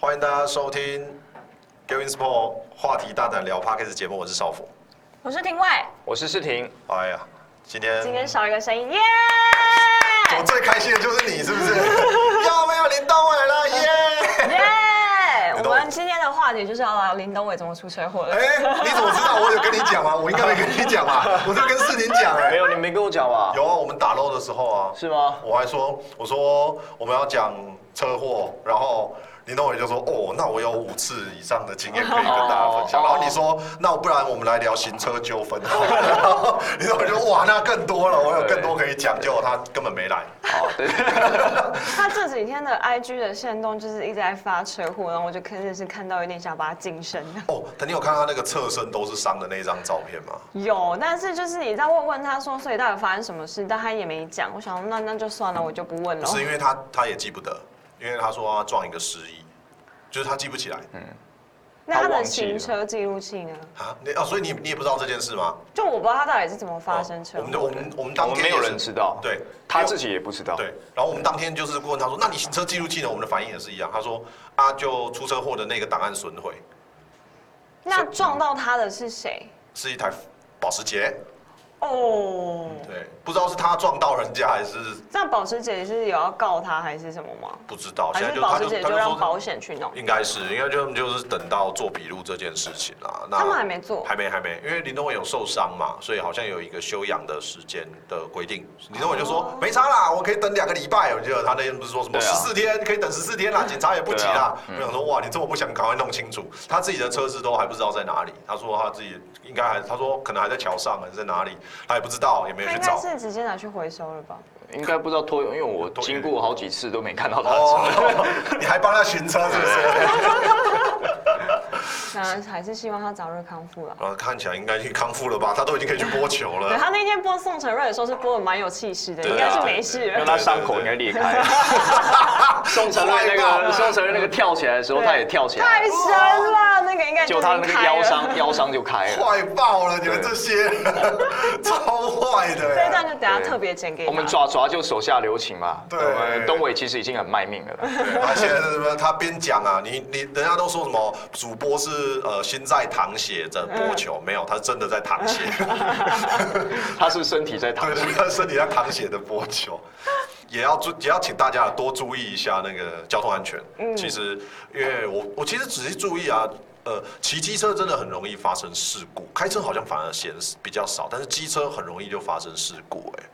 欢迎大家收听 Gavin Sport 话题大胆聊 p a r k e s 节目，我是少辅。我是庭外，我是世廷，哎呀，今天今天少一个声音，耶、我最开心的就是你，是不 是？要没有林东伟了，耶！耶、你我懂我们今天的话题就是要聊林东伟怎么出车祸的。哎，你怎么知道我有跟你讲啊吗？我应该没跟你讲吧？我就跟世宁讲哎没。有你没跟我讲吧？有啊，我们打漏的时候啊，是吗？我还说，我说我们要讲车祸，然后林东伟就说，哦，那我有五次以上的经验可以跟大家分享。然哦后你说，那不然我们来聊行车纠纷。然后林东伟就哇，那更多了，我有更多可以讲，结果他根本没来。好，对，他这几天的 IG 的线动就是一直在发车祸，然后我就真的是看到有点想把他晋升。哦，等你有看他那个侧身都是伤的那张照片吗？有，但是就是你在问问他说，所以到底发生什么事，但他也没讲。我想说那那就算了，我就不问了不。是因为他他也记不得，因为他说他撞一个失忆，就是他记不起来嗯那他他的忘记行了车记录器呢？啊。你啊，所以你你也不知道这件事吗？就我不知道他到底是怎么发生车哦我祸们的。我们我们我当们天没有也是人知道，对他自己也不知道，对，然后我们当天就是问他说：“那你行车记录器呢？”我们的反应也是一样，他说：“啊，就出车祸的那个档案损毁，那撞到他的是谁？是一台保时捷。哦，”对，不知道是他撞到人家还是那保时捷是有要告他还是什么吗？不知道。还现在是就保他时就捷他就就让保说险去弄？应该是，应该就就是等到做笔录这件事情啦。那他们还没做还没还没，因为林东伟有受伤嘛，所以好像有一个休养的时间的规定。林东伟就哦说：“没差啦，我可以等两个礼拜。”我记得他那天不是说什么对十啊四天可以等十四天啦，警察也不急啦。对啊嗯我想说哇，你这么不想赶快弄清楚，他自己的车子都还不知道在哪里。他说他自己应该还，他说可能还在桥上还是在哪里，他也不知道，也没有他去应该找。是直接拿去回收了吧？应该不知道拖，因为我经过好几次都没看到他的车。哦， 你还帮他寻车是不 是？那还是希望他早日康复了。啊，看起来应该去康复了吧？他都已经可以去播球了对。他那天播宋承瑞的时候是播的蛮有气势的，呃对啊应该是没事因为了。他伤口应该裂开了，宋承瑞那太棒个了宋承瑞那个跳起来的时候，对他也跳起太来，深了，那个应该就他那已个经开了腰伤，。腰伤就开了。坏爆了！你们这些人超坏的这一段耶。就等下特别剪给他我们爪爪就手下留情嘛，对我们东伟其实已经很卖命了啦。对他现在是什么？他边讲啊，你你人家都说什么主播是呃心在淌血的播球，没有，他是真的在淌血，他是身体在淌对血，他身体在淌血的播球。也要注，也要请大家多注意一下那个交通安全。其实，因为我我其实仔细注意啊，呃，骑机车真的很容易发生事故，开车好像反而嫌比较少，但是机车很容易就发生事故、哎。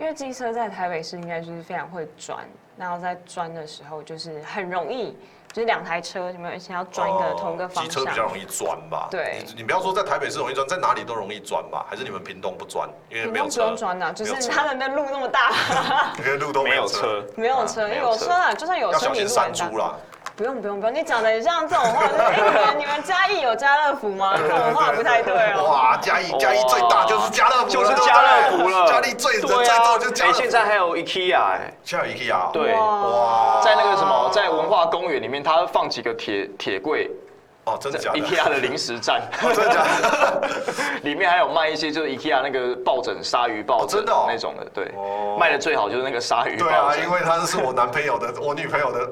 因为机车在台北市应该就是非常会钻，然后在钻的时候就是很容易，就是两台车你们想要钻一个哦同一个方机车向。比较容易钻吧？对你你不要说在台北市容易钻，在哪里都容易钻吧？还是你们屏东不钻，因为你没们有不车。用钻呐，就没有是车他们的路那么大， 因为路都没有车，，没有车，有车啦，就算 有要车小你心路很山大猪。啦。不用不用不用，你讲的像这种话，就是哎、你们你们嘉义有家乐福 吗？这种话不太对哦、哇，嘉义嘉义最大就是家乐福了，哦就是家乐福了。嘉义最人最对啊多就是家乐哎福。现在还有 IKEA 哎，现在有 IKEA 啊对哇在那个什么，在文化公园里面，他放几个铁铁柜哦，真的假的？ ，IKEA 的零食站，哦真的假的？ 里面还有卖一些就是 IKEA 那个抱枕鲨鱼抱哦真枕的哦那种的，对哦，卖的最好就是那个鲨鱼对抱啊，枕因。为他是我男朋友的，我女朋友的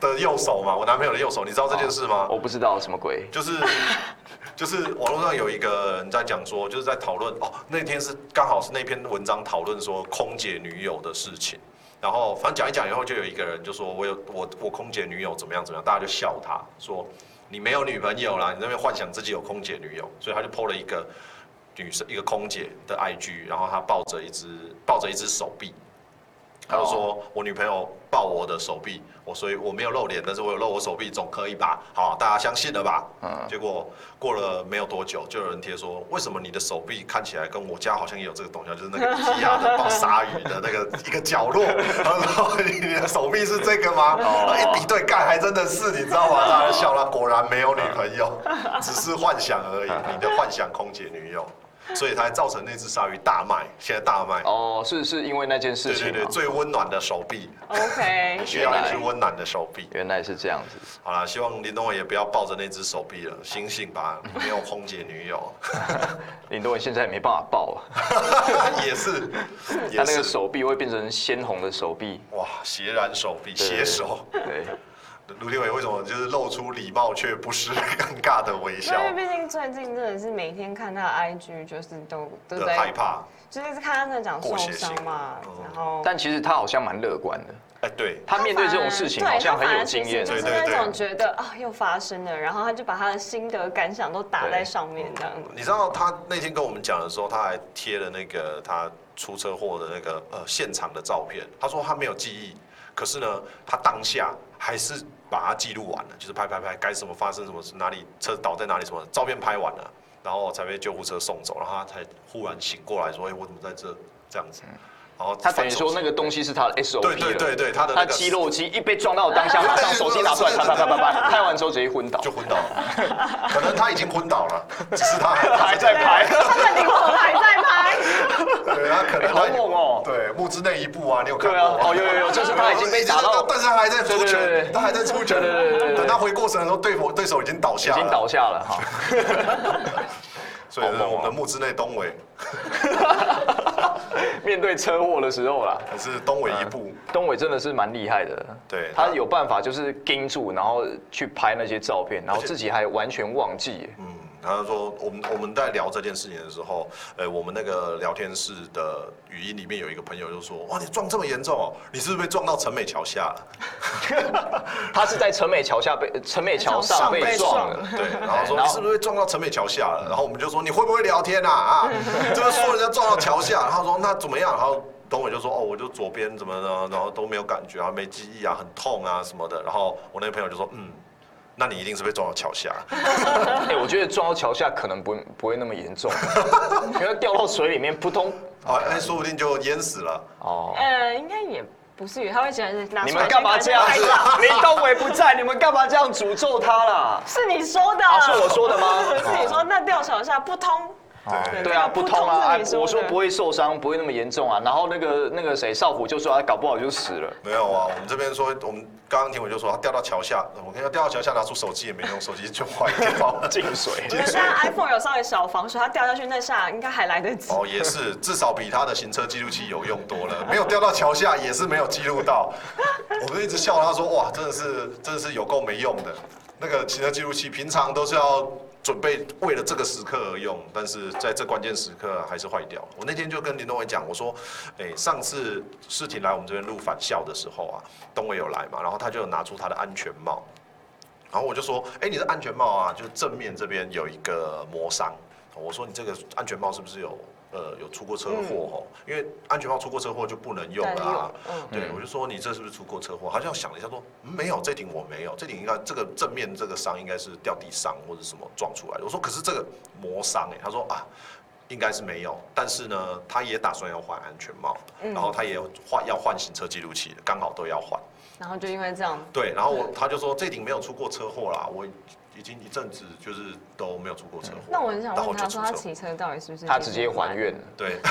的右手嘛，我男朋友的右手，你知道这件事吗？我不知道什么鬼，就是 就是网络上有一个人在讲说，就是在讨论哦，那天是刚好是那篇文章讨论说空姐女友的事情。然后反正讲一讲以后，就有一个人就说我有我我空姐女友怎么样怎么样，大家就笑他说你没有女朋友啦，你在那边幻想自己有空姐女友，所以他就 PO 了一个女生一个空姐的 IG，然后她抱着一只抱着一只手臂，他就说我女朋友抱我的手臂，我所以我没有露脸，但是我有露我手臂，总可以吧？好，大家相信了吧？嗯结果过了没有多久，就有人贴说，为什么你的手臂看起来跟我家好像也有这个东西啊，就是那个 IKEA 的抱鲨鱼的那个一个角落。 他说你的手臂是这个吗？哦一比对，干还真的是，你知道吗？大家笑了，果然没有女朋友，只是幻想而已。你的幻想空姐女友，所以才造成那只鲨鱼大卖，现在大卖。哦，是是因为那件事对情哦对对，吗？最温暖的手臂。 OK，需要一只温暖的手臂。原来是这样子，好啦，希望林东伟也不要抱着那只手臂了，醒醒吧，没有空姐女友， 林多文现在也没办法抱啊，也是，他也那个是，手臂会变成鲜红的手臂，哇，血染手臂，血手。对，卢立伟为什么就是露出礼貌却不失尴尬的微笑因为毕竟最近真的是每天看他的 IG，就是都都的在害怕？就是看他在讲受过血伤型嘛嗯，然后但其实他好像蛮乐观的，哎，对，他面对这种事情反而好像对很他反有而经其实验就。对是对那对种觉得啊又发生了，然后他就把他的心得感想都打对在上面这样子。你知道他那天跟我们讲的时候，他还贴了那个他出车祸的那个呃现场的照片。他说他没有记忆，可是呢，他当下还是把它记录完了，就是拍拍拍，该什么发生什么，哪里车倒在哪里什么，照片拍完了，然后才被救护车送走，然后他才忽然醒过来说：“哎、我怎么在这？”这样子，然后他等于说那个个东西是他的 SOP 对对了对对，他的他那个肌肉肌一被撞到当下，马上手机拿出来，啪啪啪啪啪，拍完之后直接昏倒，就昏倒了，可能他已经昏倒了，只是 他还还在拍，他的灵魂还在拍， 对，他可能他好猛哦对，木之内一步啊，你有看对过吗？，啊哦有有有，就是他已经被打到但是他还在出对对对拳，对他还在出拳对对对对。对等他回过神的时候，对手对手已经倒已下了，经倒下了哈。所以好猛哦我们的木之内东伟面对车祸的时候啦，还是东伟一步，东伟真的是蛮厉害的，对他他有办法就是盯住，然后去拍那些照片，然而后且自己还完全忘记耶。嗯，他就说我们我们在聊这件事情的时候，呃，我们那个聊天室的语音里面有一个朋友就说，哇，你撞这么严重哦，你是不是被撞到陈美桥下了？他是在陈美桥下被陈美桥上被撞的，对， 然后说然你后是不是会撞到陈美桥下了？然后我们就说你会不会聊天啊？ 啊，就是说人家撞到桥下，然后说那怎么样？然后董伟就说哦，我就左边怎么呢？然后都没有感觉啊，没记忆啊，很痛啊什么的。然后我那个朋友就说嗯，那你一定是被撞到桥下。 哎，我觉得撞到桥下可能不不会那 么严重，因为掉到水里面扑通。啊，哎，说不定就淹死了。哦，呃，应该也不至于，他会觉得拿你出来们干嘛这样先子啊看一下？林东伟不 在，你们干嘛这样诅咒他 啦？是你说的，啊，是我说的吗？ 是你说那吊桥下不通，对对啊，这个不不通通啊！是哎你说的我说不会受伤，不会那么严重啊。然后那个那个谁，少辅就说他搞不好就死了。 没有啊，我们这边说，我们刚刚听我就说他掉到桥下，我看他掉到桥下拿出手机也没用，手机就坏掉了。进水，我们现在 iPhone 有稍微小防水，它掉下去那下应该还来得及。哦，也是，至少比他的行车记录器有用多了。没有掉到桥下，也是没有记录到。我们一直笑他说：“哇，真的是，真的是有够没用的。那个行车记录器平常都是要准备为了这个时刻而用，但是在这关键时刻还是坏掉了。”我那天就跟林东伟讲，我说：“哎、上次世婷来我们这边录返校的时候啊，东伟有来嘛，然后他就有拿出他的安全帽。”然后我就说，哎、你的安全帽啊，就正面这边有一个磨伤。我说你这个安全帽是不是有呃有出过车祸哦？因为安全帽出过车祸就不能用了啊。但有嗯对，我就说你这是不是出过车祸？他就想了一下说，嗯没有，这顶我没有，这顶应该这个正面这个伤应该是掉地上或者什么撞出来的。我说可是这个磨伤哎、他说啊。应该是没有，但是呢，他也打算要换安全帽，然后他也有换要换行车记录器的，刚好都要换。然后就因为这样，对，然后我嗯他就说这顶没有出过车祸啦，我已经一阵子就是都没有出过车祸。嗯那我很想然后问他就说，出他车祸骑车到底是不是？他直接还。愿了，对，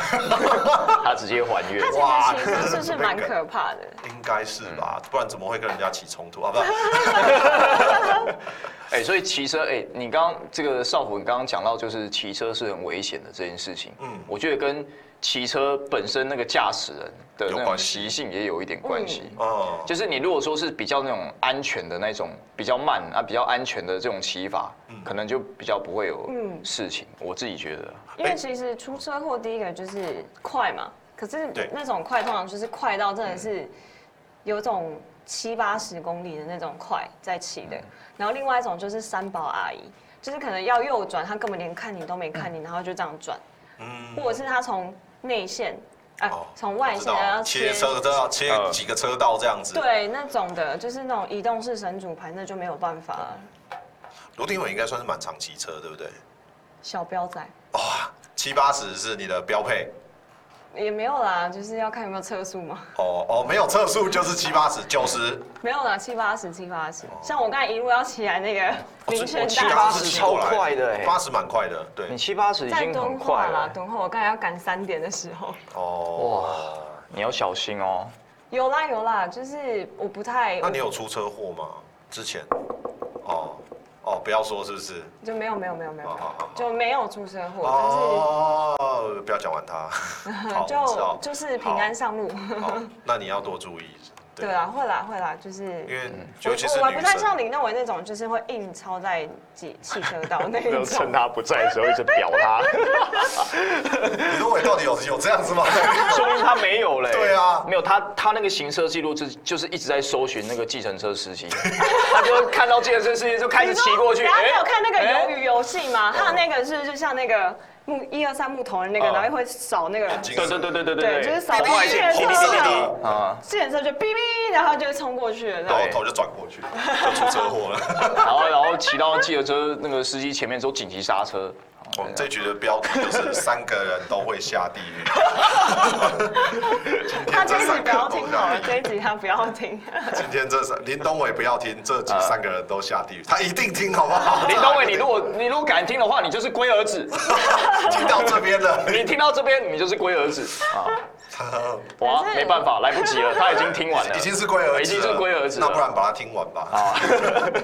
他直接还愿他。哇其实骑车是不是蛮可怕的？应该是吧，嗯不然怎么会跟人家起冲突啊？不 是，哎、所以骑车，哎、你刚刚这个少辅，你刚刚讲到就是骑车是很危险的这件事情，嗯嗯，我觉得跟骑车本身那个驾驶人的有那种关系习性也有一点关系。嗯哦、就是你如果说是比较那种安全的那种，比较慢啊，比较安全的这种骑法，可能就比较不会有嗯事情。我自己觉得，因哎为其实出车祸第一个就是快嘛，可是对嗯那种快通常就是快到真的是有种七八十公里的那种快在骑嗯的，然后另外一种就是三宝阿姨，就是可能要右转，她根本连看你都没看你，然后就这样转，嗯，或者是她从内线啊哦从外我知线道然后切车都要切呃几个车道这样子。，对那种的，就是那种移动式神主牌，那就没有办法了。卢定伟应该算是蛮常骑车，对不对？小彪仔哇，七八十是你的标配。也没有啦，就是要看有没有车速嘛。哦哦，没有测速就是七八十，九十。没有啦，七八十，七八十。像我刚才一路要骑来那个哦民是权我七大八道，十超快的哎八十蛮快的，对你。七八十已在经很敦快化啦欸了，，敦化。我刚才要赶三点的时候，哦，你要小 心哦。有啦有啦，就是我不太那你有出车祸吗？之前？哦哦，不要说是不是？就没有没有没有没有哦好好好好，就没有出车祸，哦，不要讲完它。但好是知道就就是平安上路。好，那你要多注意。对 对啊，会啦会啦，就是因为我尤其是我女不太像生，李那伟那种，就是会硬超在汽汽车道 那就一趁种。他不在的时候一直表他， 李宗伟到底有有这样子 吗？说明他没有嘞。对啊没有他，他那个行车记录就是就是一直在搜寻那个计程车司机， 他就会看到计程车司机就开始骑过去。然后你哎有看那个哎鱿鱼游戏吗？哦他的那个是就像那个木一二三木头的那个，哦然后会扫那个，睛对对对对对对就是扫红外线红红色色的的，啊，自行车就哔哔，然后就会冲过去了。这然样后头就转过 去，就出车祸了。然后然后骑到计程车那个司机前面之后紧急刹车。我们这局的标题就是三个人都会下地狱。 今天这三个人都 下地狱他这一集不要听好了，这一集他不要听。今天这三林东伟不要听，这几啊三个人都下地狱，他一定听好不好？ 林东伟，你如果你如果敢听的话，你就是龟儿子。听到这边了，你听到这边，你就是龟儿子啊！他哇可，是没办法，来不及了，他已经听完 了，已经是龟儿子了，已经是龟儿子了。那不然把它听完吧。啊，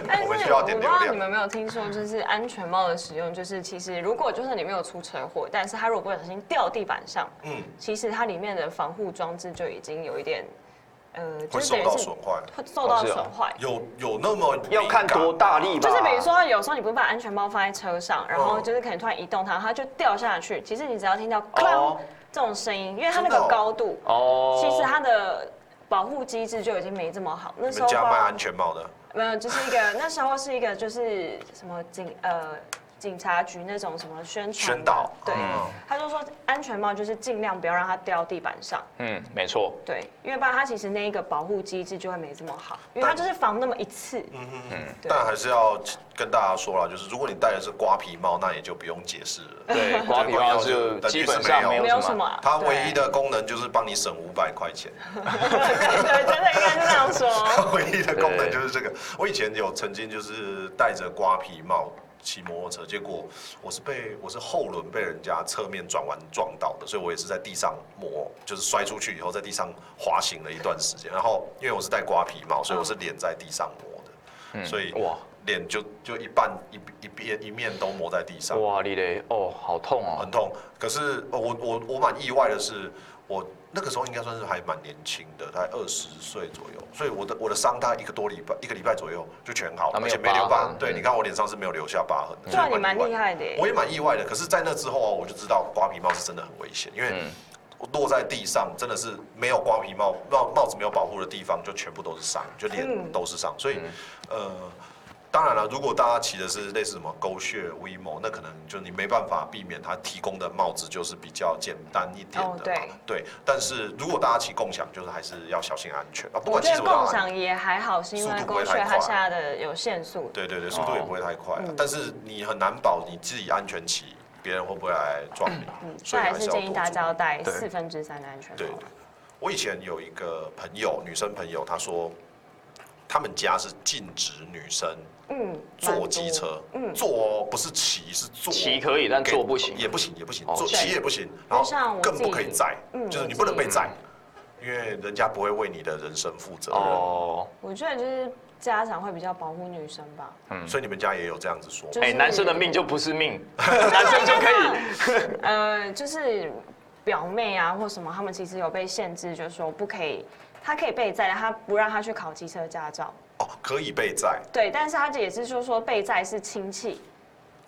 但是我我们需要不点知流道量你们有没有听说，就是安全帽的使用，就是其实如果就算你没有出车祸，但是它如果不小心掉地板上，嗯，其实它里面的防护装置就已经有一点，呃，会就是受等于到是损坏。会受到哦是哦损坏。有有那么要看多大力吧。就是比如说，有时候你不是把安全帽放在车上，然后嗯就是可能突然移动它，它就掉下去。其实你只要听到“哦哐”这种声音，因为它那真的个哦高度，哦，其实它的保护机制就已经没这么好。那敏感？你时候们啊家卖吧安全帽的，没有，就是一个那 时候是一个就是什么警呃警察局那种什么宣传宣导对嗯，他就说安全帽就是尽量不要让它掉地板上，嗯，没错，对，因为不然它其实那一个保护机制就会没这么好，因为它就是防那么一次，嗯对但还是要跟大家说啦，就是如果你戴的是瓜皮帽，那也就不用解释了。 对，刮皮包就基本上没嗯没有有什什么么。啊，它唯一的的功能就是帮你省五百块钱， 对对，真的应该是这样它 说，唯一的功能就是这个。我以前有曾经就是戴着瓜皮帽骑摩托车，结果我是被我是后轮被人家侧面转弯撞到的，所以我也是在地上磨，就是摔出去以后在地上滑行了一段时间。然后因为我是戴瓜皮帽，所以我是脸在地上磨的，所以哇脸就就一半一一边一面都磨在地上。哇，李雷，哦，好痛哦很，痛。可是呃我我我蛮意外的是，我那个时候应该算是还蛮年轻的，大概二十岁左右，所以我的我的伤大概一个多礼拜一个礼拜左右就全好了，啊而没有且没留疤疤痕。对，嗯你看我脸上是没有留下疤痕的，对所啊，以你蛮意外厉。害的耶，我也蛮意外的，可是，在那之后啊，我就知道瓜皮帽是真的很危险，因为嗯，落在地上真的是没有瓜皮帽帽帽子没有保护的地方，就全部都是伤，就脸嗯都是伤，所以呃。当然了，如果大家骑的是类似什么狗血 VMO，那可能就你没办法避免它提供的帽子就是比较简单一点的嘛。哦对对，但是如果大家骑共享，就是还是要小心安全啊，不我管骑觉什得么都共要安享也还好，是因为速度不狗会太血它快啊下的有限速，对对对，速度也哦不会太快嗯啊、但是你很难保你自己安全骑，别人会不会来撞你？所但以还嗯还是是要多建议注大意家要戴对四分之三的安全对帽对。我以前有一个朋友，女生朋友，她说他们家是禁止女生嗯，蛮坐多机车，嗯坐哦，不是骑，是坐。骑可以，但哦给坐不行。也不行，也不行，哦坐对骑也不行，就然像后我更自不可以己载，嗯就是我你自不能被己载，因为人家不会为你的人生负责任。哦，我觉得就是家长会比较保护女生吧。嗯所以你们家也有这样子说吗，就哎，是男生的命就不是命，男生就可以。呃，就是表妹啊或什么，他们其实有被限制，就是说不可以，她可以被载，但她不让她去考机车驾照。哦，可以被载，对，但是她也是就是说被载是亲戚，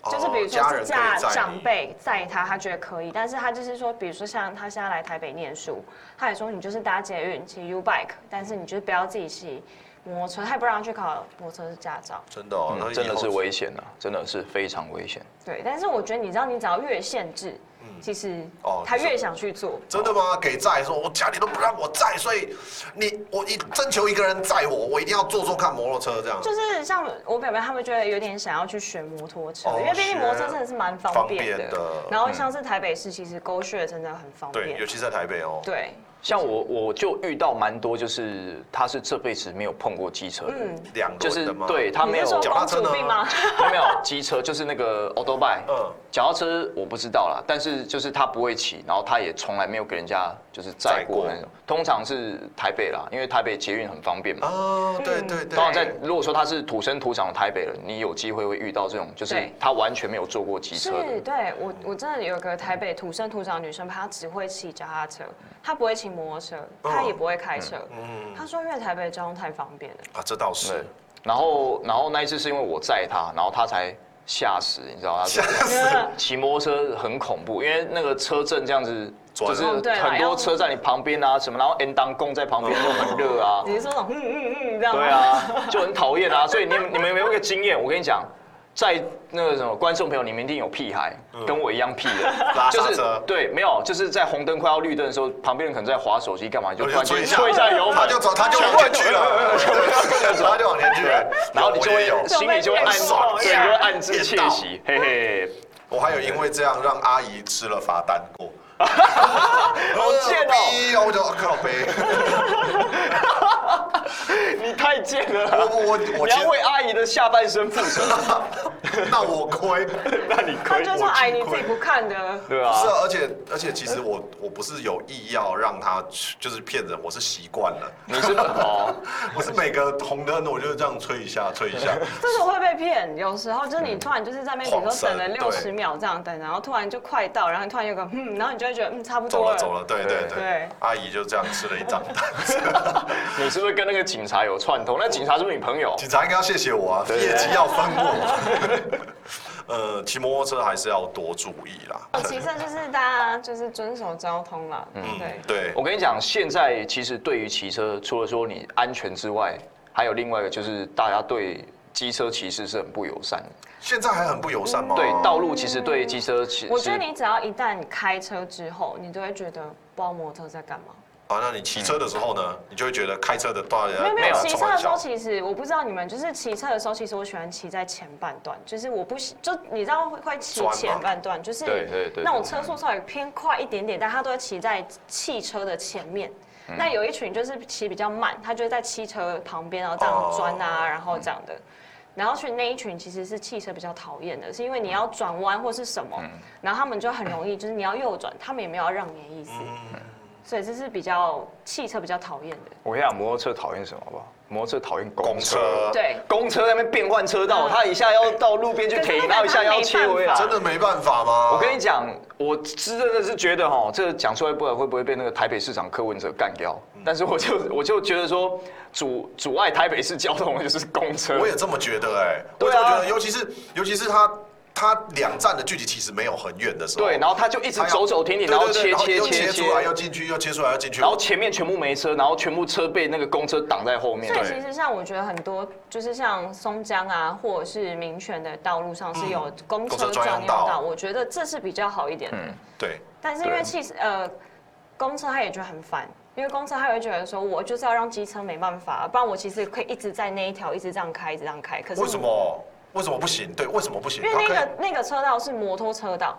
就是哦比如说家是人可家以载你长辈载她，她觉得可以，但是她就是说，比如说像她现在来台北念书，她也说你就是搭捷运骑 U bike，但是你就是不要自己骑摩托车，她也不让她去考摩托车驾照。真的哦，那嗯真的以后是危险啊，真的是非常危险。对，但是我觉得你知道，你只要越限制，其实哦他就是越想去做。真的吗？给载说，我家里都不让我载，所以你我一征求一个人载我，我一定要坐坐看摩托车这样。就是像我表妹他们觉得有点想要去学摩托车，哦因为毕竟学摩托车真的是蛮方便方便的嗯然后像是台北市，其实沟穴真的很方对，尤便。其在台北哦。对，像我，我就遇到蛮多，就是他是这辈子没有碰过机车的，嗯，两就轮是的吗？对他你没是有说脚踏公车呢主病吗？他没有机车，就是那个 o d o b i 嗯，脚踏车我不知道啦，但是就是他不会骑，然后他也从来没有给人家就是载过那载种。通常是台北啦，因为台北捷运很方便嘛。啊，对嗯对对。通常在如果说他是土生土长的台北人，你有机会会遇到这种，就是对他完全没有坐过机车是，的。对我我真的有个台北土生土长的女生，她只会骑脚踏车，她不会骑摩托车，嗯他也不会开车。嗯他说因为台北交通太方 便了，啊，这倒对是。，然后然后那一次是因为我载他，然后他才吓死，你知道他吓是死！骑摩托车很恐怖，因为那个车阵这样子，转哦就是哦对啦很要多车在你旁边啊什么，然后 N 当供在旁边就很热啊，你是说那种嗯嗯嗯这样吗？对啊，就很讨厌啊。所以你们你们有没有一个经验？我跟你讲，在那个什么观众朋友，你们一定有屁孩，跟我一样屁的 拉，就刹是车对，没有，就是在红灯快要绿灯的时候，旁边人可能在划手机干嘛，就突然间推一下油门，他就走，他就往前去了，他就往前去了，然后你就会有。心里就会就暗被骗过对，你就会暗自也窃到喜，嘿嘿，我还有因为这样让阿姨吃了罚单 过，好贱哦，逼哦！我就啊靠背， 你太贱我了啦。我我我你其要为实阿姨的下半身负责，那我亏， 那你他亏就我说哎你亏自己不看的，对 不啊是，啊，而且而且其实我我不是有意要让他去就是骗人，我是习惯了，你是哦，我是每个红灯我就这样吹一下吹一 下，这种会被骗，有时候就是你突然就是在那边，比如晃说神等了六十嗯对秒这样等，然后突然就快到，然后突然有个嗯，然后你就会觉得嗯差不走多了走了，对对对对，阿姨就这样吃了一张单， 你是不是跟那个警察有串通？那警察是不是你朋友？警察应该要谢谢我啊，对业绩要分我。 呃，骑摩托车还是要多注意啦。其实就是大家就是遵守交通啦，对嗯，。对，我跟你讲，现在其实对于骑车，除了说你安全之外，还有另外一个就是大家对机车骑士是很不友善的。现在还很不友善吗？对，道路其实对机车骑士，我觉得你只要一旦开车之后，你都会觉得不知道摩托车在干嘛。好，啊那你骑车的时候呢，你就会觉得开车的大没家有没有，骑车的时候小，其实我不知道你们，就是骑车的时候，其实我喜欢骑在前半段，就是我不喜就你知道会会骑转吗前半段，就是对对对那种车速稍微偏快一点点，但它都会骑在汽车的前面。那有一群就是骑比较慢，他就会在汽车旁边，然后这样钻啊，然后这样的。然后去那一群其实是汽车比较讨厌的，是因为你要转弯或是什么，然后他们就很容易就是你要右转，他们也没有要让你的意思，嗯所以这是比较汽车比较讨厌的。我跟你讲，摩托车讨厌什么好不好？摩托车讨厌公车。公车对，公车在那边变换车嗯道，它一下要到路边去可是停，那然后一下要切回来。真的没办法吗？我跟你讲，我真的是觉得哈，这个讲出来不然会不会被那个台北市长柯文哲干掉？嗯但是我就我就觉得说，阻阻碍台北市交通的就是公车。我也这么觉得哎、我对也这么啊觉得，尤其是尤其是他他两站的距离其实没有很远的时候，对，然后他就一直哦他要走走停停，对然后对对切切又切切切出，来，又进去，又切出来，又进去，然后前面全部没车，然后全部车被那个公车挡在后面所。以对其实像我觉得很多，就是像松江啊，或者是民权的道路上是有公嗯公车车专专用用道嗯道，我觉得这是比较好一点的。对，但是因为对其实呃，公车他也觉得很烦，因为公车他会觉得说，我就是要让机车没办法，不然我其实可以一直在那一条一直这样开，一直这样开。可是为什？么为什么不行？对，为什么不行？因为那他可以个那个车道是摩托车道，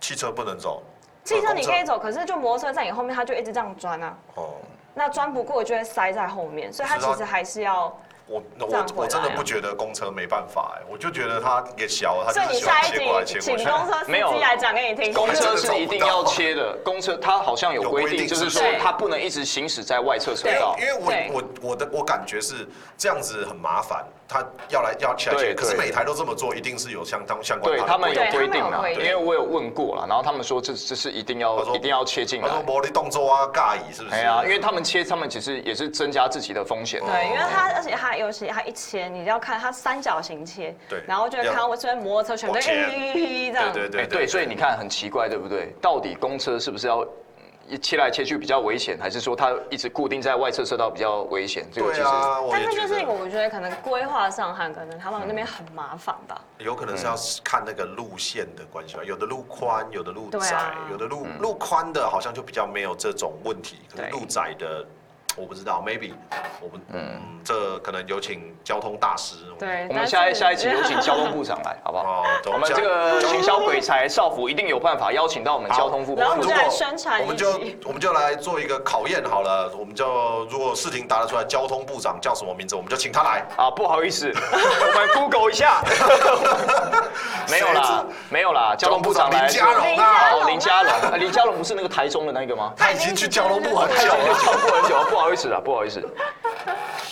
汽车不能走，汽车你可以走走，可是就摩托车在你后面，他就一直这样钻啊，哦。那钻不过就会塞在后面，所以他知道其实还是要。我那这我样回来啊我真的不觉得公车没办法哎、我就觉得他也小，他所以就是你喜下欢一切过来集切请过去。公 车司没有机来讲给你听。公车真的找是不一定要到切的，公车它好像有有规规定，定就是是说不是它不能一直行驶在外侧车因为道。因为对我我我的我感觉是这样子很麻烦，他要来要起来对可是对每台都这么做，一定是有相当相关对法律他们有规定规定对他啊，们有规定因为我有问过了，然后他们说这这是一定他要说一定要切进他说来。魔力动作啊，尬椅是不是？哎呀，因为他们切，他们其实也是增加自己的风险。对，因为它而且它尤其它一切，你要看它三角形切，对然后就会看到我这边摩托车全往都前一这对样，对哎对对，所以你看很奇怪，对不对？到底公车是不是要一切来切去比较危险，还是说它一直固定在外侧车道比较危险？这个其对实啊，我但也是觉就是得我觉得可能规划上和可能他们那边很麻烦吧，有可能嗯是要看那个路线的关系吧，有的路宽，有的路对窄，啊有的路嗯路宽的好像就比较没有这种问题，可是对路窄的。我不知道，maybe 我们嗯，这可能有请交通大师。我们对。我但们是下一下一集有请交通部长来，好不好？哦，我们这个行销鬼才少辅一定有办法邀请到我们 交通部部然后长我们。就来宣传我们一就集，我们就来做一个考验好了，我们就如果试题答得出来，交通部长叫什么名字，我们就请他来。啊，不好意思，我们 Google 一下。没有啦，没有啦，交通部长来。林佳林荣佳啊，荣哦，林佳荣，啊林佳荣不是那个台中的那个吗？他已经去交通部很太久久了了，。超过很久了，不好意思啊，不好意思。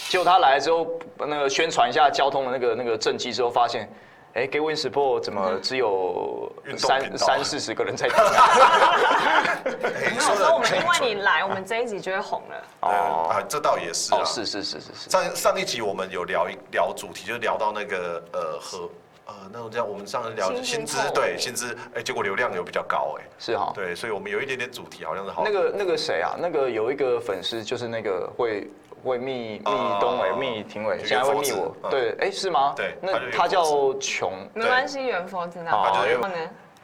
结果他来之后，那个宣传一下交通的那个那个政绩之后，发现，哎、哎、给 Win Sport 怎么只有运动频三道三四十个人在听？哎没有 说我们因为你来，我们这一集就会红了。哦，哦，啊，这倒也是啊哦，。是是是是是，上上一集我们有聊一聊主题，就聊到那个呃和呃那种叫我们上次聊薪薪资资哦扣对薪资，哎、结果流量有比较高哎、是哈。对，所以我们有一点点主题好像是好那个那个谁啊？那个有一个粉丝就是那个会会密密东伟、哦密廷伟，就现在会密原我佛子。嗯对，哎，是吗？对他就那原他佛叫琼，没关系，远佛知道。好就是然后呢？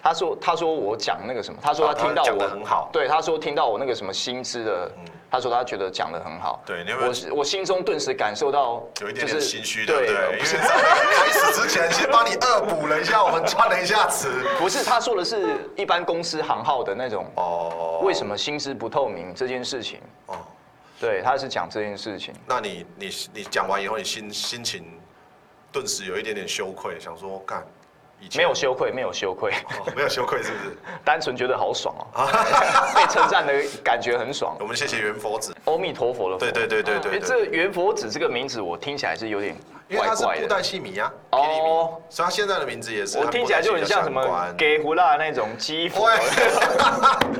他说他说我讲那个什么，他说啊他听到他讲我得很好对，他说听到我那个什么薪资的，他说他觉得讲的很好。对你有没有我是我心中顿时感受到有一点就是点心虚，对对不对？因为在开始之前先帮你恶补了一下，我们串了一下词。不是，他说的是一般公司行号的那种，哦，为什么薪资不透明这件事情。哦，对，他是讲这件事情。那你你你讲完以后，你心心情顿时有一点点羞愧，想说干，以前没有羞愧，没有羞 愧，哦没有羞愧是不是？单纯觉得好爽哦， 被称赞的感觉很爽我。们谢谢袁佛子，阿弥陀佛的佛，对对对对因为对这对，个圆佛子这个名字，我听起来是有点因为怪他是怪布的。袋戏迷啊，哦霹雳迷所以他现在的名字也是我听起来就很像什跟布么袋戏比较相关给胡辣那种基辅。喂，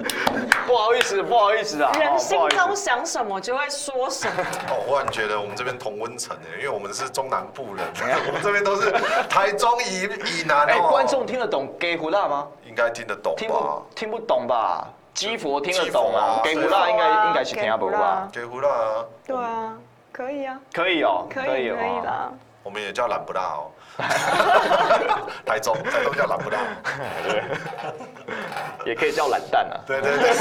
不好意思，不好意思啊，人不心好意思中想什么就会说什么。哦，忽然觉得我们这边同温层哎，因为我们是中南部人， 我们这边都是台中以以南哎，哦，观众听得懂给胡辣吗？应该听得懂听吧不？听不懂吧？基佛听得懂基佛啊啊，给胡辣应对该啊应该是听不懂吧？给胡辣啊，对啊，可以啊，可以哦，可以可以哦。啦。我们也叫懒不辣哦。哦 台中，台中叫懒不辣。也可以叫懒蛋啊。对对对，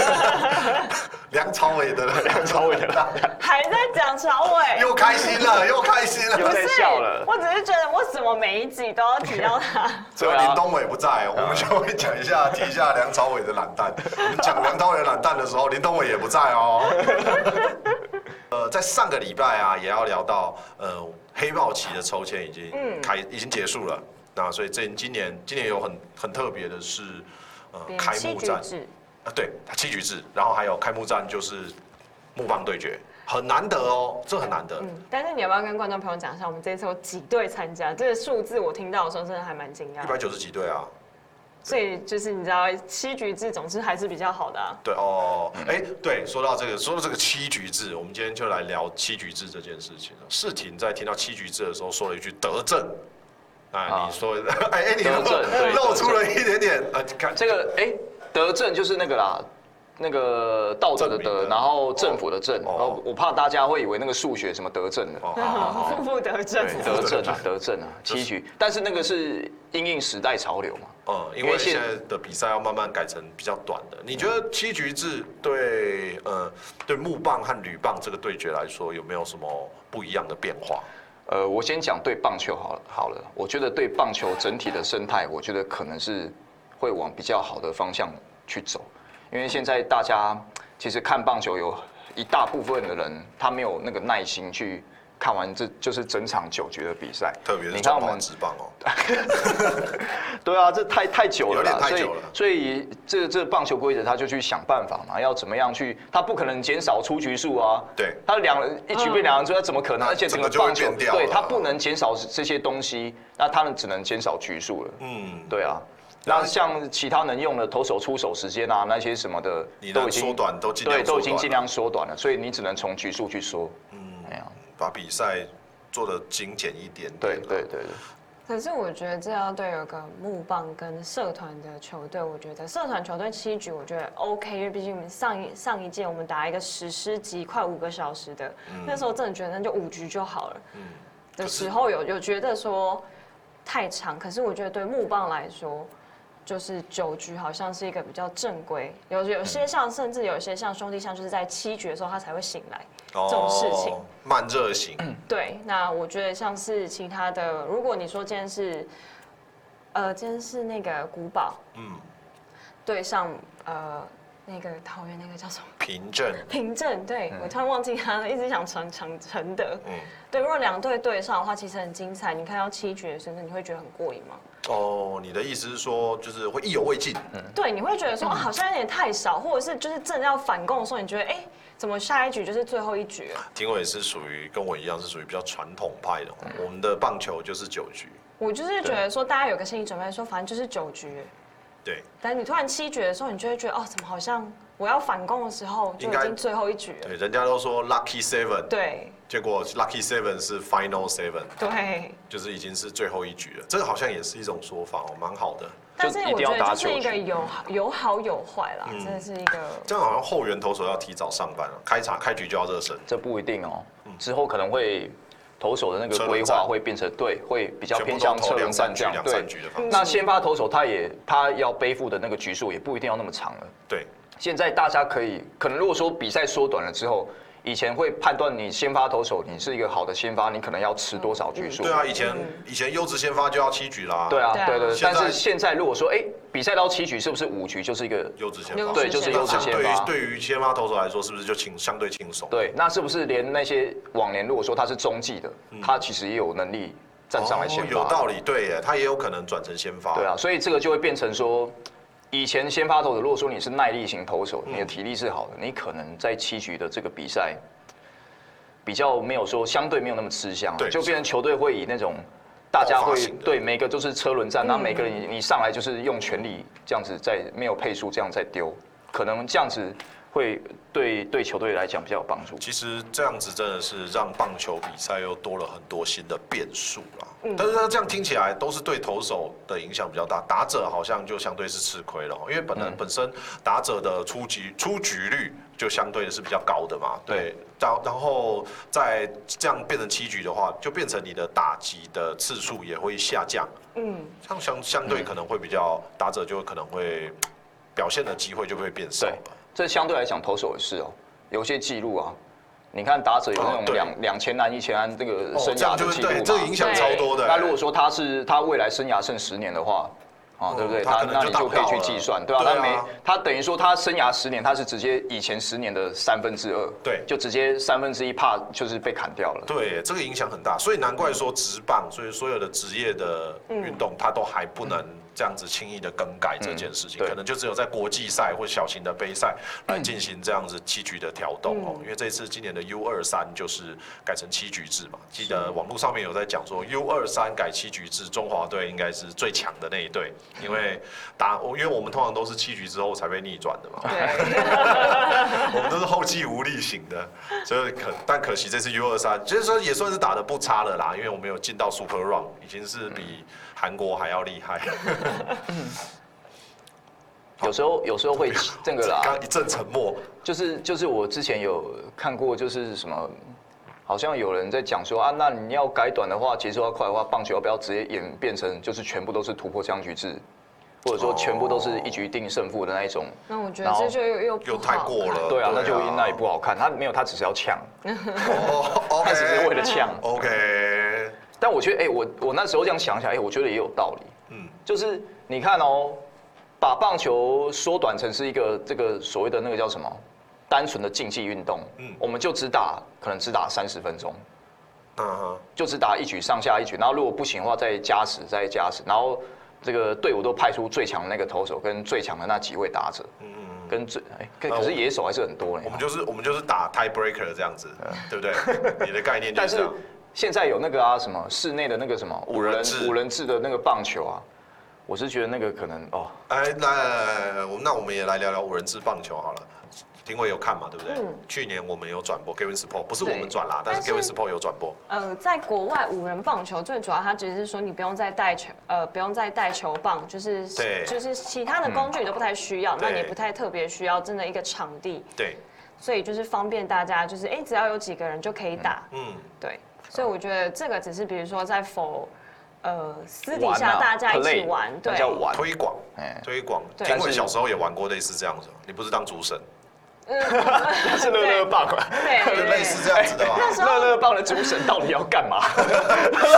梁朝伟的梁朝伟的辣，还在讲朝 伟。又开心了，又开心又了。在笑了我只是觉得我怎么每一集都要提到他。啊只有啊林东伟不在，我们就会讲一下提一下梁朝伟的懒蛋。我们讲梁朝伟的懒蛋的时候，林东伟也不在哦。 呃，在上个礼拜啊，也要聊到呃黑豹旗的抽签已经开、已经结束了，那所以这今年今年有很很特别的是呃开幕战，啊，对，他七局制，然后还有开幕战就是木棒对决，很难得哦，这很难得。嗯，但是你要不要跟观众朋友讲一下，我们这次有几队参加？这个数字我听到的时候真的还蛮惊一讶百的。九十几队啊，所以就是你知道七局制总是还是比较好的、啊。对哦，嗯哎，对，说到这个，说到这个七局制，我们今天就来聊七局制这件事情了。世廷在听到七局制的时候说了一句德政，啊，啊你说， 哎哎，你德政对露出了一点点，呃，看这个哎，德政就是那个啦。那个道德的证明德，的然后政府的政，哦然后我怕大家会以为那个数学什么德政的，哦，好好 好，负负得正。对，德政啊，德政啊，七局，但是那个是因应时代潮流嘛。嗯，因因为为现现在的比赛要慢慢改成比较短的。你觉得七局制对呃对木棒和铝棒这个对决来说，有没有什么不一样的变化？呃，我先讲对棒球好了，好了，我觉得对棒球整体的生态，我觉得可能是会往比较好的方向去走，因为现在大家其实看棒球有一大部分的人，他没有那个耐心去看完这就是整场九局的比赛，特别是你看中我华们职棒哦，对啊，这太太久了有点啦，太所以久了所以这这棒球规则他就去想办法嘛，要怎么样去，他不可能减少出局数啊。对他两人一局变两人出，他怎么可能？那而且整个整个就会棒球变，掉了对他不能减少这些东西，那他们只能减少局数了。嗯，对啊，那像其他能用的投手出手时间啊，那些什么的你，都能已缩经短都尽量对都已经缩短尽量缩短了，所以你只能从局数去缩。嗯，哎呀，把比赛做的精简一点点。对对对对，可是我觉得这要对有个木棒跟社团的球队，我觉得社团球队七局我觉得 OK，因为毕竟我们上一上一届我们打一个史诗级快五个小时的，那时候真的觉得那就五局就好了。的时候有有觉得说太长，可是我觉得对木棒来说。就是九局好像是一个比较正规，有有些像甚至有些像兄弟像就是在七局的时候他才会醒来，哦，这种事情慢热型，对，那我觉得像是其他的，如果你说今天是，呃，今天是那个古堡嗯，对上呃那个桃园那个叫什么 平正，平镇，对、我突然忘记他了，一直想传承承德。嗯，对，如果两队对上的话，其实很精彩。你看到七局的时候，你会觉得很过瘾吗？哦，你的意思是说，就是会意犹未尽，对，你会觉得 说、啊好像有点太少，或者是就是正要反攻的时候，你觉得哎、怎么下一局就是最后一局了？嗯廷伟是属于跟我一样是属于比较传统派的，我们的棒球就是九局，我就是觉得说，大家有个心理准备，说反正就是九局，对，但你突然七局的时候，你就会觉得哦，怎么好像我要反攻的时候就应已该经最后一局了。对，人家都说 lucky seven，对结果 lucky seven 是 final seven，对，就是已经是最后一局了。这个好像也是一种说法哦，蛮好的。但是一我定觉要得打就九是一个局。有有好有坏啦，嗯真的是一个 这样好像后援投手要提早上班啊了，开场开局就要热身。这不一定哦，之后可能会投手的那嗯车个轮规战划会变成对，会比较全部偏都向投车轮两战三这局、样两对三。局的方式。那先发投手他也他要背负的那个局数也不一定要那么长了。对，现在大家可以可能如果说比赛缩短了之后，以前会判断你先发投手你是一个好的先发，你可能要吃多少局数。对啊，以前以前优质先发就要七局啦。对啊，对啊对对。现在但是现在如果说哎比赛到七局是不是五局就是一个优质先发，对就是那优质相先对发于对于先发投手来说，是不是就轻相对轻松？对，那是不是连那些往年如果说他是中继的，他其实也有能力站上来先嗯哦发？有道理，对耶，他也有可能转成先发。对啊，所以这个就会变成说，以前先发投手，如果说你是耐力型投手，你的体力是好的，你可能在七局的这个比赛比较没有说相对没有那么吃香啊对，就变成球队会以那种大家爆发会型的嗯对每个都是车轮战，那每个人你你上来就是用全力这样子在没有配速这样在丢，可能这样子会对对球队来讲比较有帮助。其实这样子真的是让棒球比赛又多了很多新的变数啦。但是呢，这样听起来都是对投手的影响比较大，打者好像就相对是吃亏了哦，因为本来本身打者的出局出局率就相对的是比较高的嘛。对，然然后在这样变成七局的话，就变成你的打击的次数也会下降，嗯，像相相对可能会比较打者就可能会表现的机会就会变少对了。，这相对来讲投手也是哦，有些记录啊，你看打者有那哦种对两两千安、一千安那个哦生，这涯样就的是记录对，嘛。这个影响超多的。那如果说他是他未来生涯剩十年的话，啊嗯，对不对？他他可能那就你达就不可以到去了计算，对啊，对啊他没他等于说他生涯十年，他是直接以前十年的三分之二，对就直接三分之一怕就是被砍掉了。对，这个影响很大，所以难怪说职棒，所以所有的职业的运动，它都还不能这样子轻易的更改这件事情，嗯对可能就只有在国际赛或小型的杯赛来进行这样子七局的调动嗯哦。因为这次今年的 U 二三就是改成七局制嘛，记得网络上面有在讲说 U 二三改七局制，中华队应该是最强的那一队，因为打，因为我们通常都是七局之后才被逆转的嘛。对，我们都是后继无力型的，所以可但可惜这次 U 二三，其实说也算是打得不差了啦，因为我们有进到 Super Run，已经是比韩国还要厉害。有时候有时候会这个啦，刚刚一阵沉默，就是就是我之前有看过，就是什么，好像有人在讲说啊，那你要改短的话，节奏要快的话，棒球要不要直接演变成就是全部都是突破僵局制，或者说全部都是一局定胜负的那一种？那我觉得然后这就又又不又好太过看了。哦对啊，那啊就那也不好看。他没有，他只是要呛，哦他只是为，OK 了呛。 OK，但我觉得，哎，我我那时候这样想想，哎，我觉得也有道理。嗯，就是你看哦，把棒球缩短成是一个这个所谓的那个叫什么，单纯的竞技运动，嗯我们就只打可能只打三十分钟，那哈就只打一局上下一局，然后如果不行的话再加时再加时，然后这个队伍都派出最强的那个投手跟最强的那几位打者，嗯嗯。嗯跟最哎、可那我可是野手还是很多呢我。们就是我们就是打 tie breaker 这样子， 对不对？你的概念就但嗯是这 是样。现在有那个啊什么室内的那个什么五五人人制五人制的那个棒球啊，我是觉得那个可能哦，哎，来来来来来，我们那我们也来聊聊五人制棒球好了。庭伟有看嘛，对不对？嗯去年我们有转播 Gavin Sport，不是我对们转啦，但是但 Gavin 是 Sport 有转播。呃，在国外五人棒球最主要，它只是说你不用再带球，呃，不用再带球棒，就是对就是其他的工具你都不太需要，那你也对不太特别需要真的一个场地，对，所以就是方便大家，就是哎、只要有几个人就可以打，嗯，对，所以我觉得这个只是比如说在否，呃，私底玩下啊大家一起 play，玩，那对，叫玩推广，哎推广。对庭但伟是小时候也玩过类似这样子，你不是当主审，是乐乐棒啊。对对就对， 类似这样子的吧？那时乐候乐棒的主审到底要干嘛？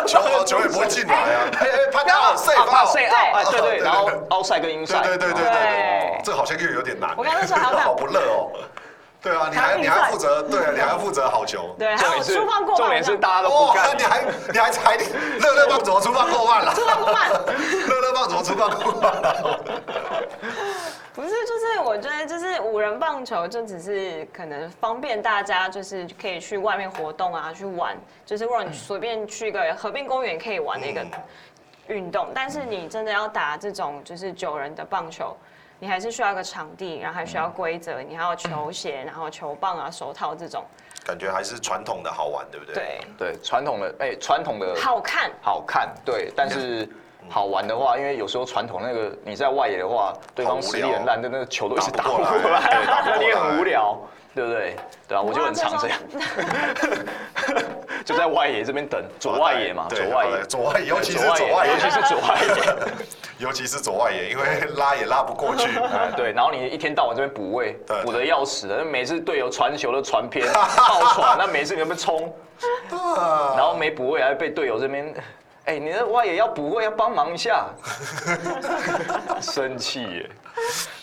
球好球也不会进来啊！哎哎，潘大好 safe 啊怕好赛奥， 哎对对对，然后奥赛跟对英赛，对对对对对对，这好像又有点难。我刚刚说还要打 好不乐哦。对啊，你还你还还要负责，对啊，你还要负责好球。对，重还有点是出放过重吧，点是大家都不哇，那干你。还你还裁定乐乐棒怎么出棒过半了？ 出放过慢。乐乐棒怎么出棒过半了？不是，就是我觉得就是五人棒球就只是可能方便大家，就是可以去嗯嗯外面活动啊，去玩，就是让你随便去一个河滨公园可以玩的一个运动，但是你真的要打这种就是九人的棒球，你还是需要一个场地，然后还需要规则，你还要球鞋，然后球棒啊、手套这种，感觉还是传统的好玩，对不对？对，对，传统的哎，传统的好看，好看，对，但嗯是好玩的话，因为有时候传统那个你在外野的话，对好无方实力聊很烂，但那个球都一直打打不不过过来对打不过来，那你也很来无聊，对不对？对啊，我就很常这样，就在外野这边等左外野嘛，对左外好的野，左外野，尤其是左外左外野，尤其野，是左外野，尤其是左外野，因为拉也拉不过 去。哎对，然后你一天到晚这边补位对，补的要死的，那每次队友传球都 传偏，爆传，那每次你那边冲，啊然后没补位还被队友这边，哎，你那外野要补位要帮忙 一下，生气耶，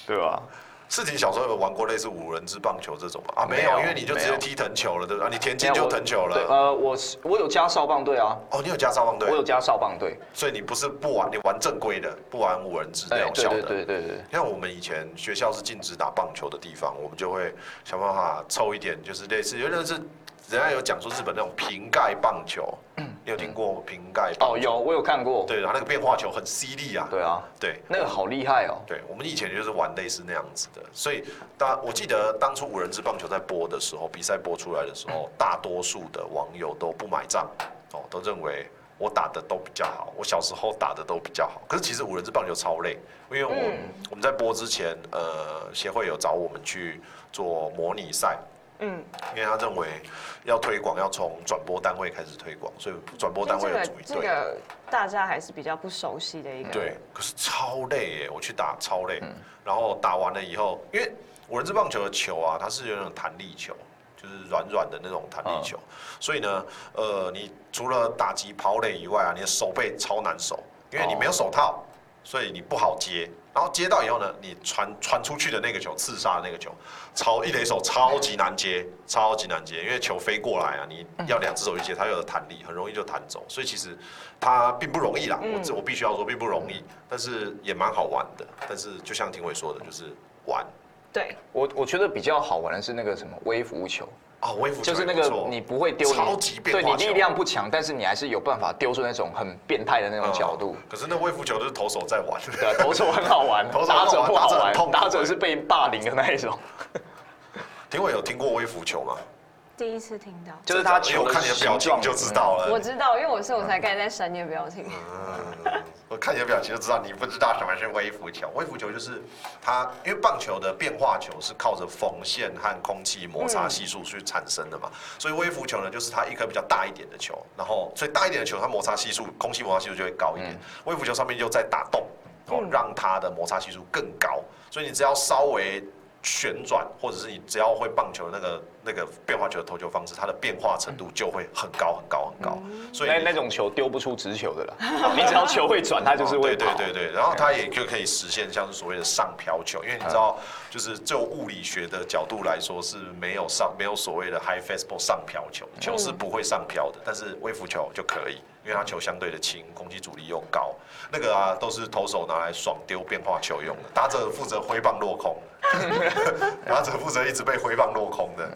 对吧？世廷小时候有玩过类似五人制棒球这种吗？啊，没没有，有因为你就直接没有踢藤球了，对不对？啊你田没径有就我藤球对，了。呃，我是我有加少棒队啊，哦，你有加少棒队我，有加少棒队，所以你不是不玩，你玩正规的，不玩五人制那哎，种对小对的。对对对，像我们以前学校是禁止打棒球的地方，我们就会想办法凑一点，就是类似，有点是人家有讲说日本那种瓶盖棒球，你有听过瓶盖棒球？哦，有我有看过，对，然后那个变化球很犀利啊。对啊，对那个好厉害哦，对，我们以前就是玩类似那样子的，所以大我记得当初五人制棒球在播的时候，比赛播出来的时候，大多数的网友都不买账，哦，都认为我打的都比较好，我小时候打的都比较好。可是其实五人制棒球超累，因为我、嗯我们在播之前，呃，协会有找我们去做模拟赛，嗯，因为他认为要推广要从转播单位开始推广，所以转播因为单这位有个组一队。这个大家还是比较不熟悉的一个，对，可是超累耶，我去打超累，然后打完了以后，因为五人制棒球的球啊，它是有那种弹力球，就是软软的那种弹力球，所以呢，呃，你除了打击跑垒以外啊，你的手背超难守，因为你没有手套，所以你不好接。然后接到以后呢，你传传出去的那个球，刺杀的那个球，超一垒手超级难接，超级难接，因为球飞过来啊，你要两只手去接，它又有弹力，很容易就弹走。所以其实它并不容易啦，我这我必须要说并不容易，但是也蛮好玩的。但是就像庭伟说的，就是玩对，我我觉得比较好玩的是那个什么微服务球，啊，微服就是那球也不错个你不会丢你，超级变化对球你力量不强，但是你还是有办法丢出那种很变态的那种角度嗯。可是那微服球就是投手在玩， 对啊，投手很好玩，投手很好打玩者不好打者很痛玩，苦打者是被霸凌的那一 种，庭伟有听过微服球吗？第一次听到，就是他因为球我的看你的表形情状嗯就知。道我了。知道，因为我是我才盖在深夜不要听，嗯我看你的表情就知道你不知道什么是微服球。微服球就是它，因为棒球的变化球是靠着缝线和空气摩擦系数去产生的嘛，所以微服球呢，就是它一颗比较大一点的球，然后所以大一点的球它摩擦系数、空气摩擦系数就会高一点，微服球上面又再打洞，哦嗯，让它的摩擦系数更高，所以你只要稍微。旋转，或者是你只要会棒球的那个那个变化球的投球方式，它的变化程度就会很高很高很高，所以那你那种球丢不出直球的啦， 你只要球会转，他就是会哦对跑。对对对，然后它也就可以实现像是所谓的上飘球，因为你知嗯道，就是就物理学的角度来说是没有上没有所谓的 high fastball 上飘球，嗯球是不会上飘的，但是微浮球就可以，因为它球相对的轻，空气阻力又高，那个啊都是投手拿来爽丢变化球用的，打者负责挥棒落 空，打者负责一直被挥棒落空的。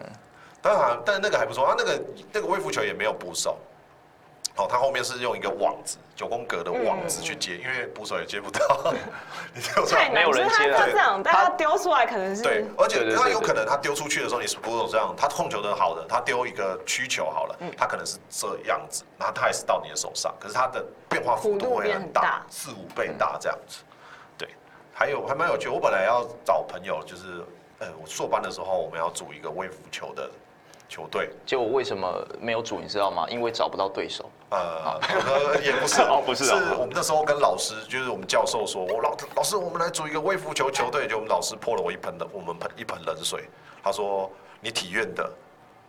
当然，但那个还不错，他那个那个微浮球也没有捕手，哦，他后面是用一个网子，九宫格的网子去接，因为捕手也接不到， 你就说 太没难，有就是人它接了就这样，但它丢出来可能对是，而且对对他对有对可能他丢出去的时候，你是捕手这样，他控球的好的，他丢一个曲球好了，他可能是这样子，然后他还是到你的手上，可是他的变化幅幅度度会变很很大大，四五倍大这样子。对，还有还蛮有趣，我本来要找朋友，就是呃，我硕班的时候我们要组一个微服球的球队，就我为什么没有主，你知道吗？因为找不到对手。呃，呃也不是， 哦不是是哦我们那时候跟老师，就是我们教授说，我老老师，我们来组一个微服球球队，就我们老师泼了我一盆冷，我们盆一盆冷水，他说你体院的。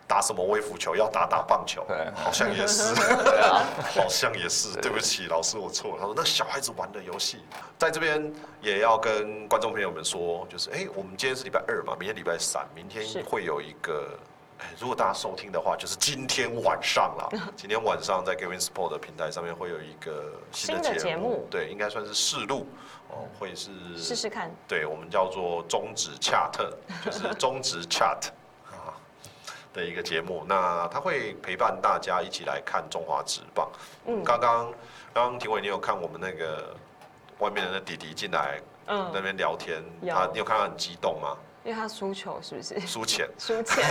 打什么微服球？要打打棒球对，好像也 是，好像也是。对不起，老师，我错了。他说那小孩子玩的游戏，在这边也要跟观众朋友们说，就是哎、我们今天是礼拜二嘛，明天礼拜三，明天是会有一个哎如果大家收听的话，就是今天晚上 啦，今天晚上在 Gavin Sport 的平台上面会有一个新的新的节节目，目对，应该算是试录哦，会是试试看，对我们叫做中指 chat，就是中指 chat 啊，的一个节目，那他会陪伴大家一起来看中华职棒。嗯刚刚刚刚庭伟，你有看我们那个外面的那弟弟进来嗯那，边聊天，有他你有看他很激动吗？因为他输球是不是？ 输钱，输钱，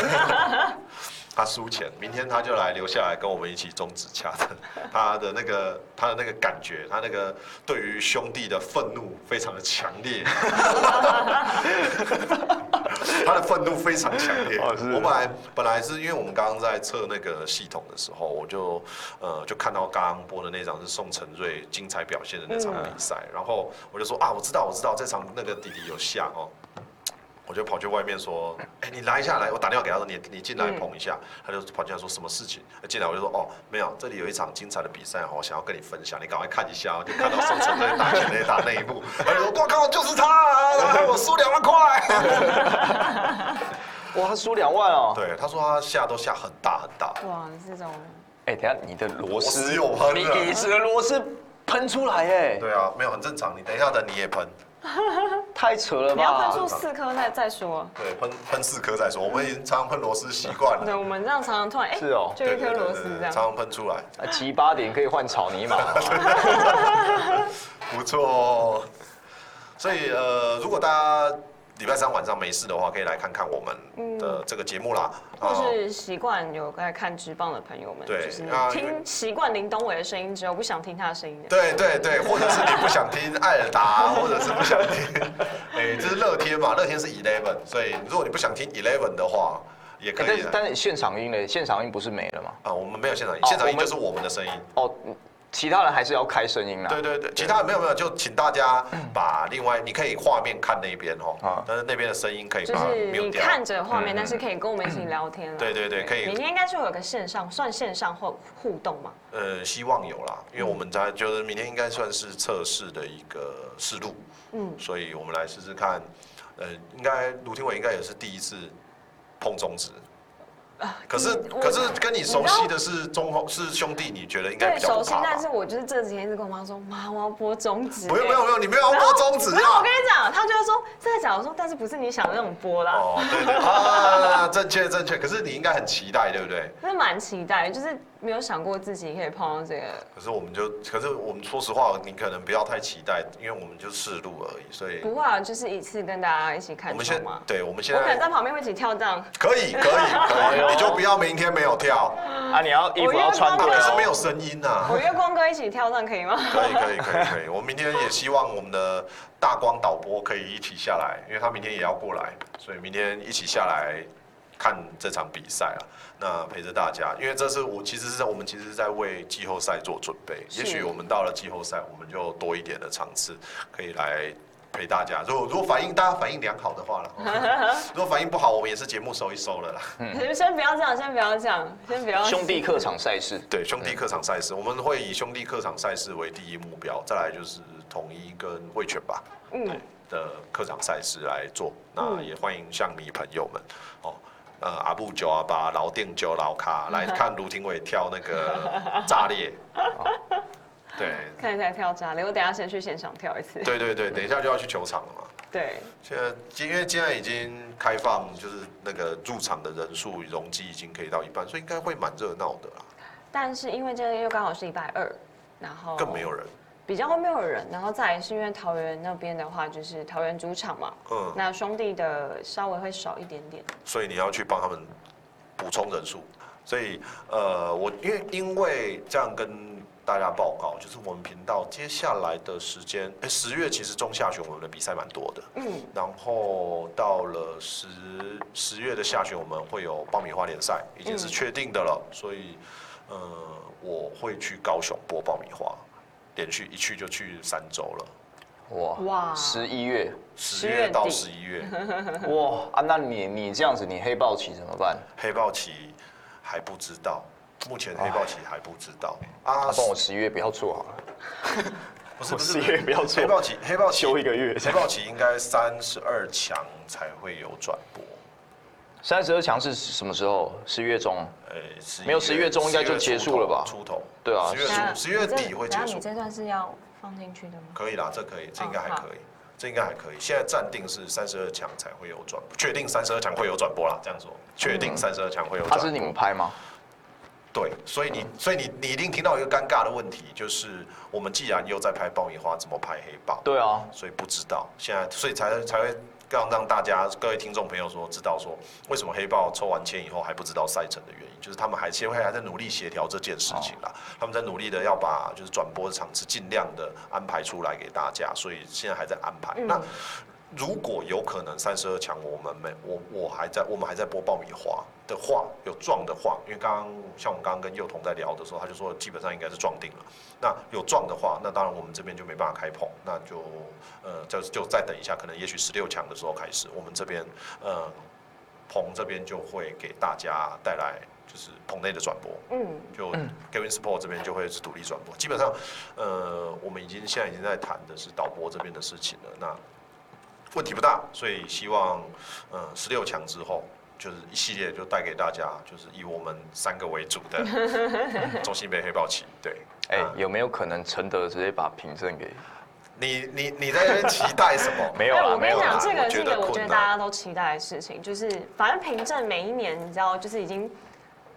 他输钱，明天他就来留下来跟我们一起中指掐的，他的那个他的那个感觉，他那个对于兄弟的愤怒非常的强烈，他的愤怒非常强烈。哦是我本来本来是因为我们刚刚在测那个系统的时候，我就呃就看到刚刚播的那场是宋承瑞精彩表现的那场嗯比赛，然后我就说啊，我知道我知道这场那个弟弟有下哦，我就跑去外面 说：“哎、你来一下来！”我打电话给他说：“你你进来嗯捧一下。他就跑进来说：“什么事情？”进来我就说：“哦，没有，这里有一场精彩的比赛哦，我想要跟你分享，你赶快看一下哦。”就看到宋承瑞打全垒打那一幕，他就说：“我靠，就是他啊！然后我输两万块。 哇，他输两万”哦！对，他说他下都下很大很大， 哇，这种哎，等一下你的螺我丝死有喷啊你椅子的螺丝喷出来哎，对啊，没有很正常。你等一下的你也喷，太扯了你要喷吧出！四颗再再说。对，喷喷四颗再说。我们已经常常喷螺丝习惯对，了，我们这样常常突然哎，是哦嗯就一颗螺丝这常样。常喷出来，啊，提八点可以换草泥马，不错哦。所以呃，如果大家礼拜三晚上没事的话，可以来看看我们的这个节目啦。或啊是习惯有在看直棒的朋友们，就对是啊因为听习惯林东伟的声音之后，不想听他的声音了。对对对，或者是你不想听艾尔达，或者是不想听，哎、这是乐天嘛，乐天是 Eleven，所以如果你不想听 Eleven 的话，也可哎但以啊是来。但是现场音嘞，现场音不是没了吗？啊，我们没有现场音，哦现场音我们就是我们的声音。哦，其他人还是要开声音啦。对对对，其他没有没有，就请大家把另外你可以画面看那边哦啊，但是那边的声音可以就把它是 mute 你掉。看着画面，但是可以跟我们一起聊天了。对对对，可以明天应该就有个线上，算线上或互动嘛？呃，希望有啦，因为我们在就是明天应该算是测试的一个试录，嗯，所以我们来试试看。呃，应该卢廷伟应该也是第一次碰中指，可是嗯我可是跟你熟悉的是中红是兄弟，你觉得应该对，比较首不先怕，但是吧？我就是这几天一直跟我妈说，妈，我要播中指。不用不用不用，你没有要然后，摸中指然后我啊跟！你讲，她就会说在讲，我说但是不是你想的那种播啦，哦，对对啊， 正确正确。可是你应该很期待，对不对？那蛮期待，就是没有想过自己可以碰到这个，可是我们就，可是我们说实话，你可能不要太期待，因为我们就试录而已，所以不会啊，就是一次跟大家一起我看们球现嘛。对，我们现我可能在在旁边会一起跳 档，可以可以可哎呦以，你就不要明天没有跳，啊，你要衣服要穿啊对可是没哦。有声音呐我。约光哥一起跳档可以吗？啊可以可以可以可以，我们明天也希望我们的大光导播可以一起下来，因为他明天也要过来，所以明天一起下来看这场比赛啊。那陪着大家，因为这是我其实是在我们其实是在为季后赛做准备，是也许我们到了季后赛，我们就多一点的场次可以来。陪大家，如果如果反应大家反应良好的话 了，如果反应不好，我们也是节目收一收了啦。先不要这样，先不要这样，先不要。兄弟客场赛事，对，兄弟客场赛事，我们会以兄弟客场赛事为第一目标，再来就是统一跟味全吧。嗯，的客场赛事来做。那也欢迎像你朋友们哦，呃，阿布九啊八老店九老卡来看卢廷伟跳那个炸裂。对看一下跳炸雷，我等一下先去现场跳一次。对对对，等一下就要去球场了嘛。对，现在今因为现在已经开放，就是那个入场的人数容积已经可以到一半，所以应该会蛮热闹的啦，但是因为这个又刚好是礼拜二，然后更没有人。比较没有人，然后再来是因为桃园那边的话，就是桃园主场嘛，嗯，那兄弟的稍微会少一点点。所以你要去帮他们补充人数。所以呃，我因为因为这样跟大家报告，就是我们频道接下来的时间，哎、十月其实中下旬我们的比赛蛮多的，嗯，然后到了十十月的下旬，我们会有爆米花联赛，已经是确定的了，所以呃，我会去高雄播爆米花，连续一去就去三周了，哇哇十一月，十10月月底到十一月，哇啊，那你你这样子，你黑豹旗怎么办？黑豹旗还不知道，目前黑豹旗还不知道他啊帮我十一月不要做好了，不是我不十是一月不要黑豹做，旗，黑豹旗休一个月。黑豹旗应该三十二强才会有转播，三十二强是什么时候？十一月中。呃，11没有11月中应该就结束了吧出头，对啊十月等一下初十月底会等结一下束你，这段是要放进去的吗？哦可以啦，这可以，这应该还可以。这应该还可以。现在暂定是三十二强才会有转，确定三十二强会有转播啦，这样说，确定三十二强会有他转嗯播。是你们拍吗？对，所以你，所以你，你一定听到一个尴尬的问题，就是我们既然又在拍爆米花，怎么拍黑豹？对啊，所以不知道，现在所以才才会让让大家各位听众朋友说知道说为什么黑豹抽完签以后还不知道赛程的原因，就是他们还协会还在努力协调这件事情啦，他们在努力的要把就是转播的场次尽量的安排出来给大家，所以现在还在安排。嗯那如果有可能三十二强，我们没我我还在我们还在播爆米花的话，有撞的话，因为刚刚像我们刚刚跟幼童在聊的时候，他就说基本上应该是撞定了。那有撞的话，那当然我们这边就没办法开棚，那就呃就就再等一下，可能也许十六强的时候开始，我们这边呃棚这边就会给大家带来就是棚内的转播。嗯，就 Gavin Sport 这边就会是独立转播。基本上，呃，我们已经现在已经在谈的是导播这边的事情了。那问题不大，所以希望，呃，十六强之后。就是一系列就带给大家，就是以我们三个为主 的中信杯黑豹旗。对，哎、啊有没有可能承德直接把凭证给？你你你在那边期待什么？ 没有啦哎我跟没有你啦讲，这我个觉是一得个我觉困得难大家都期待的事情，就是反正凭证每一年，你知道，就是已经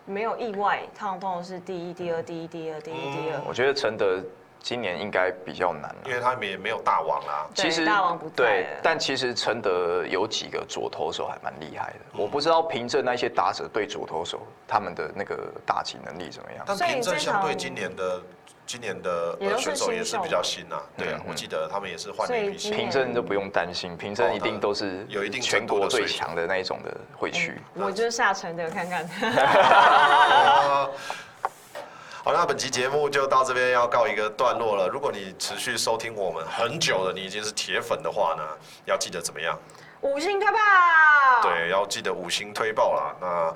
没有意外，通常都是第一、第二、第一、第二、第一、第二嗯。我觉得承德今年应该比较难啊因了。为他们也没有大王啊啦、对大王不在对了，但其实承德有几个左投手还蛮厉害的。嗯我不知道凭证那些打者对左投手他们的那个打击能力怎么样。但所以凭证这相对场今年的今年的也呃都是选手也新是秀比较新啊。对啊嗯，嗯我记得他们也是换了一批所以今新年人。凭证就不用担心，凭证一定都是有一定全程度的国最水准嗯强的那一种的会去。我就是下沉的看看。 好，那本期节目就到这边要告一个段落了。如果你持续收听我们很久了，你已经是铁粉的话呢，要记得怎么样？五星推吧。，对，要记得五星推爆啦。那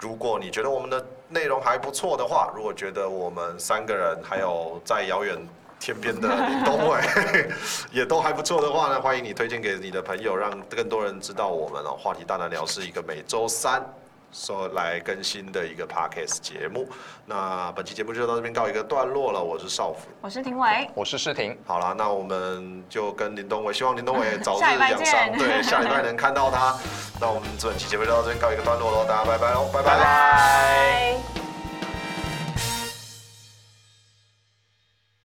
如果你觉得我们的内容还不错的话，如果觉得我们三个人还有在遥远天边的林东伟 也都还不错的话呢，欢迎你推荐给你的朋友，让更多人知道我们哦。话题大胆聊是一个每周三。说来更新的一个 podcast 节目，那本期节目就到这边告一个段落了。我是少辅，我是庭伟。我是世廷，好啦，那我们就跟林东伟，希望林东伟早日 下礼拜养伤，见 对，下礼拜能看到他。那我们这期节目就到这边告一个段落喽，大家拜拜喽，拜拜。拜拜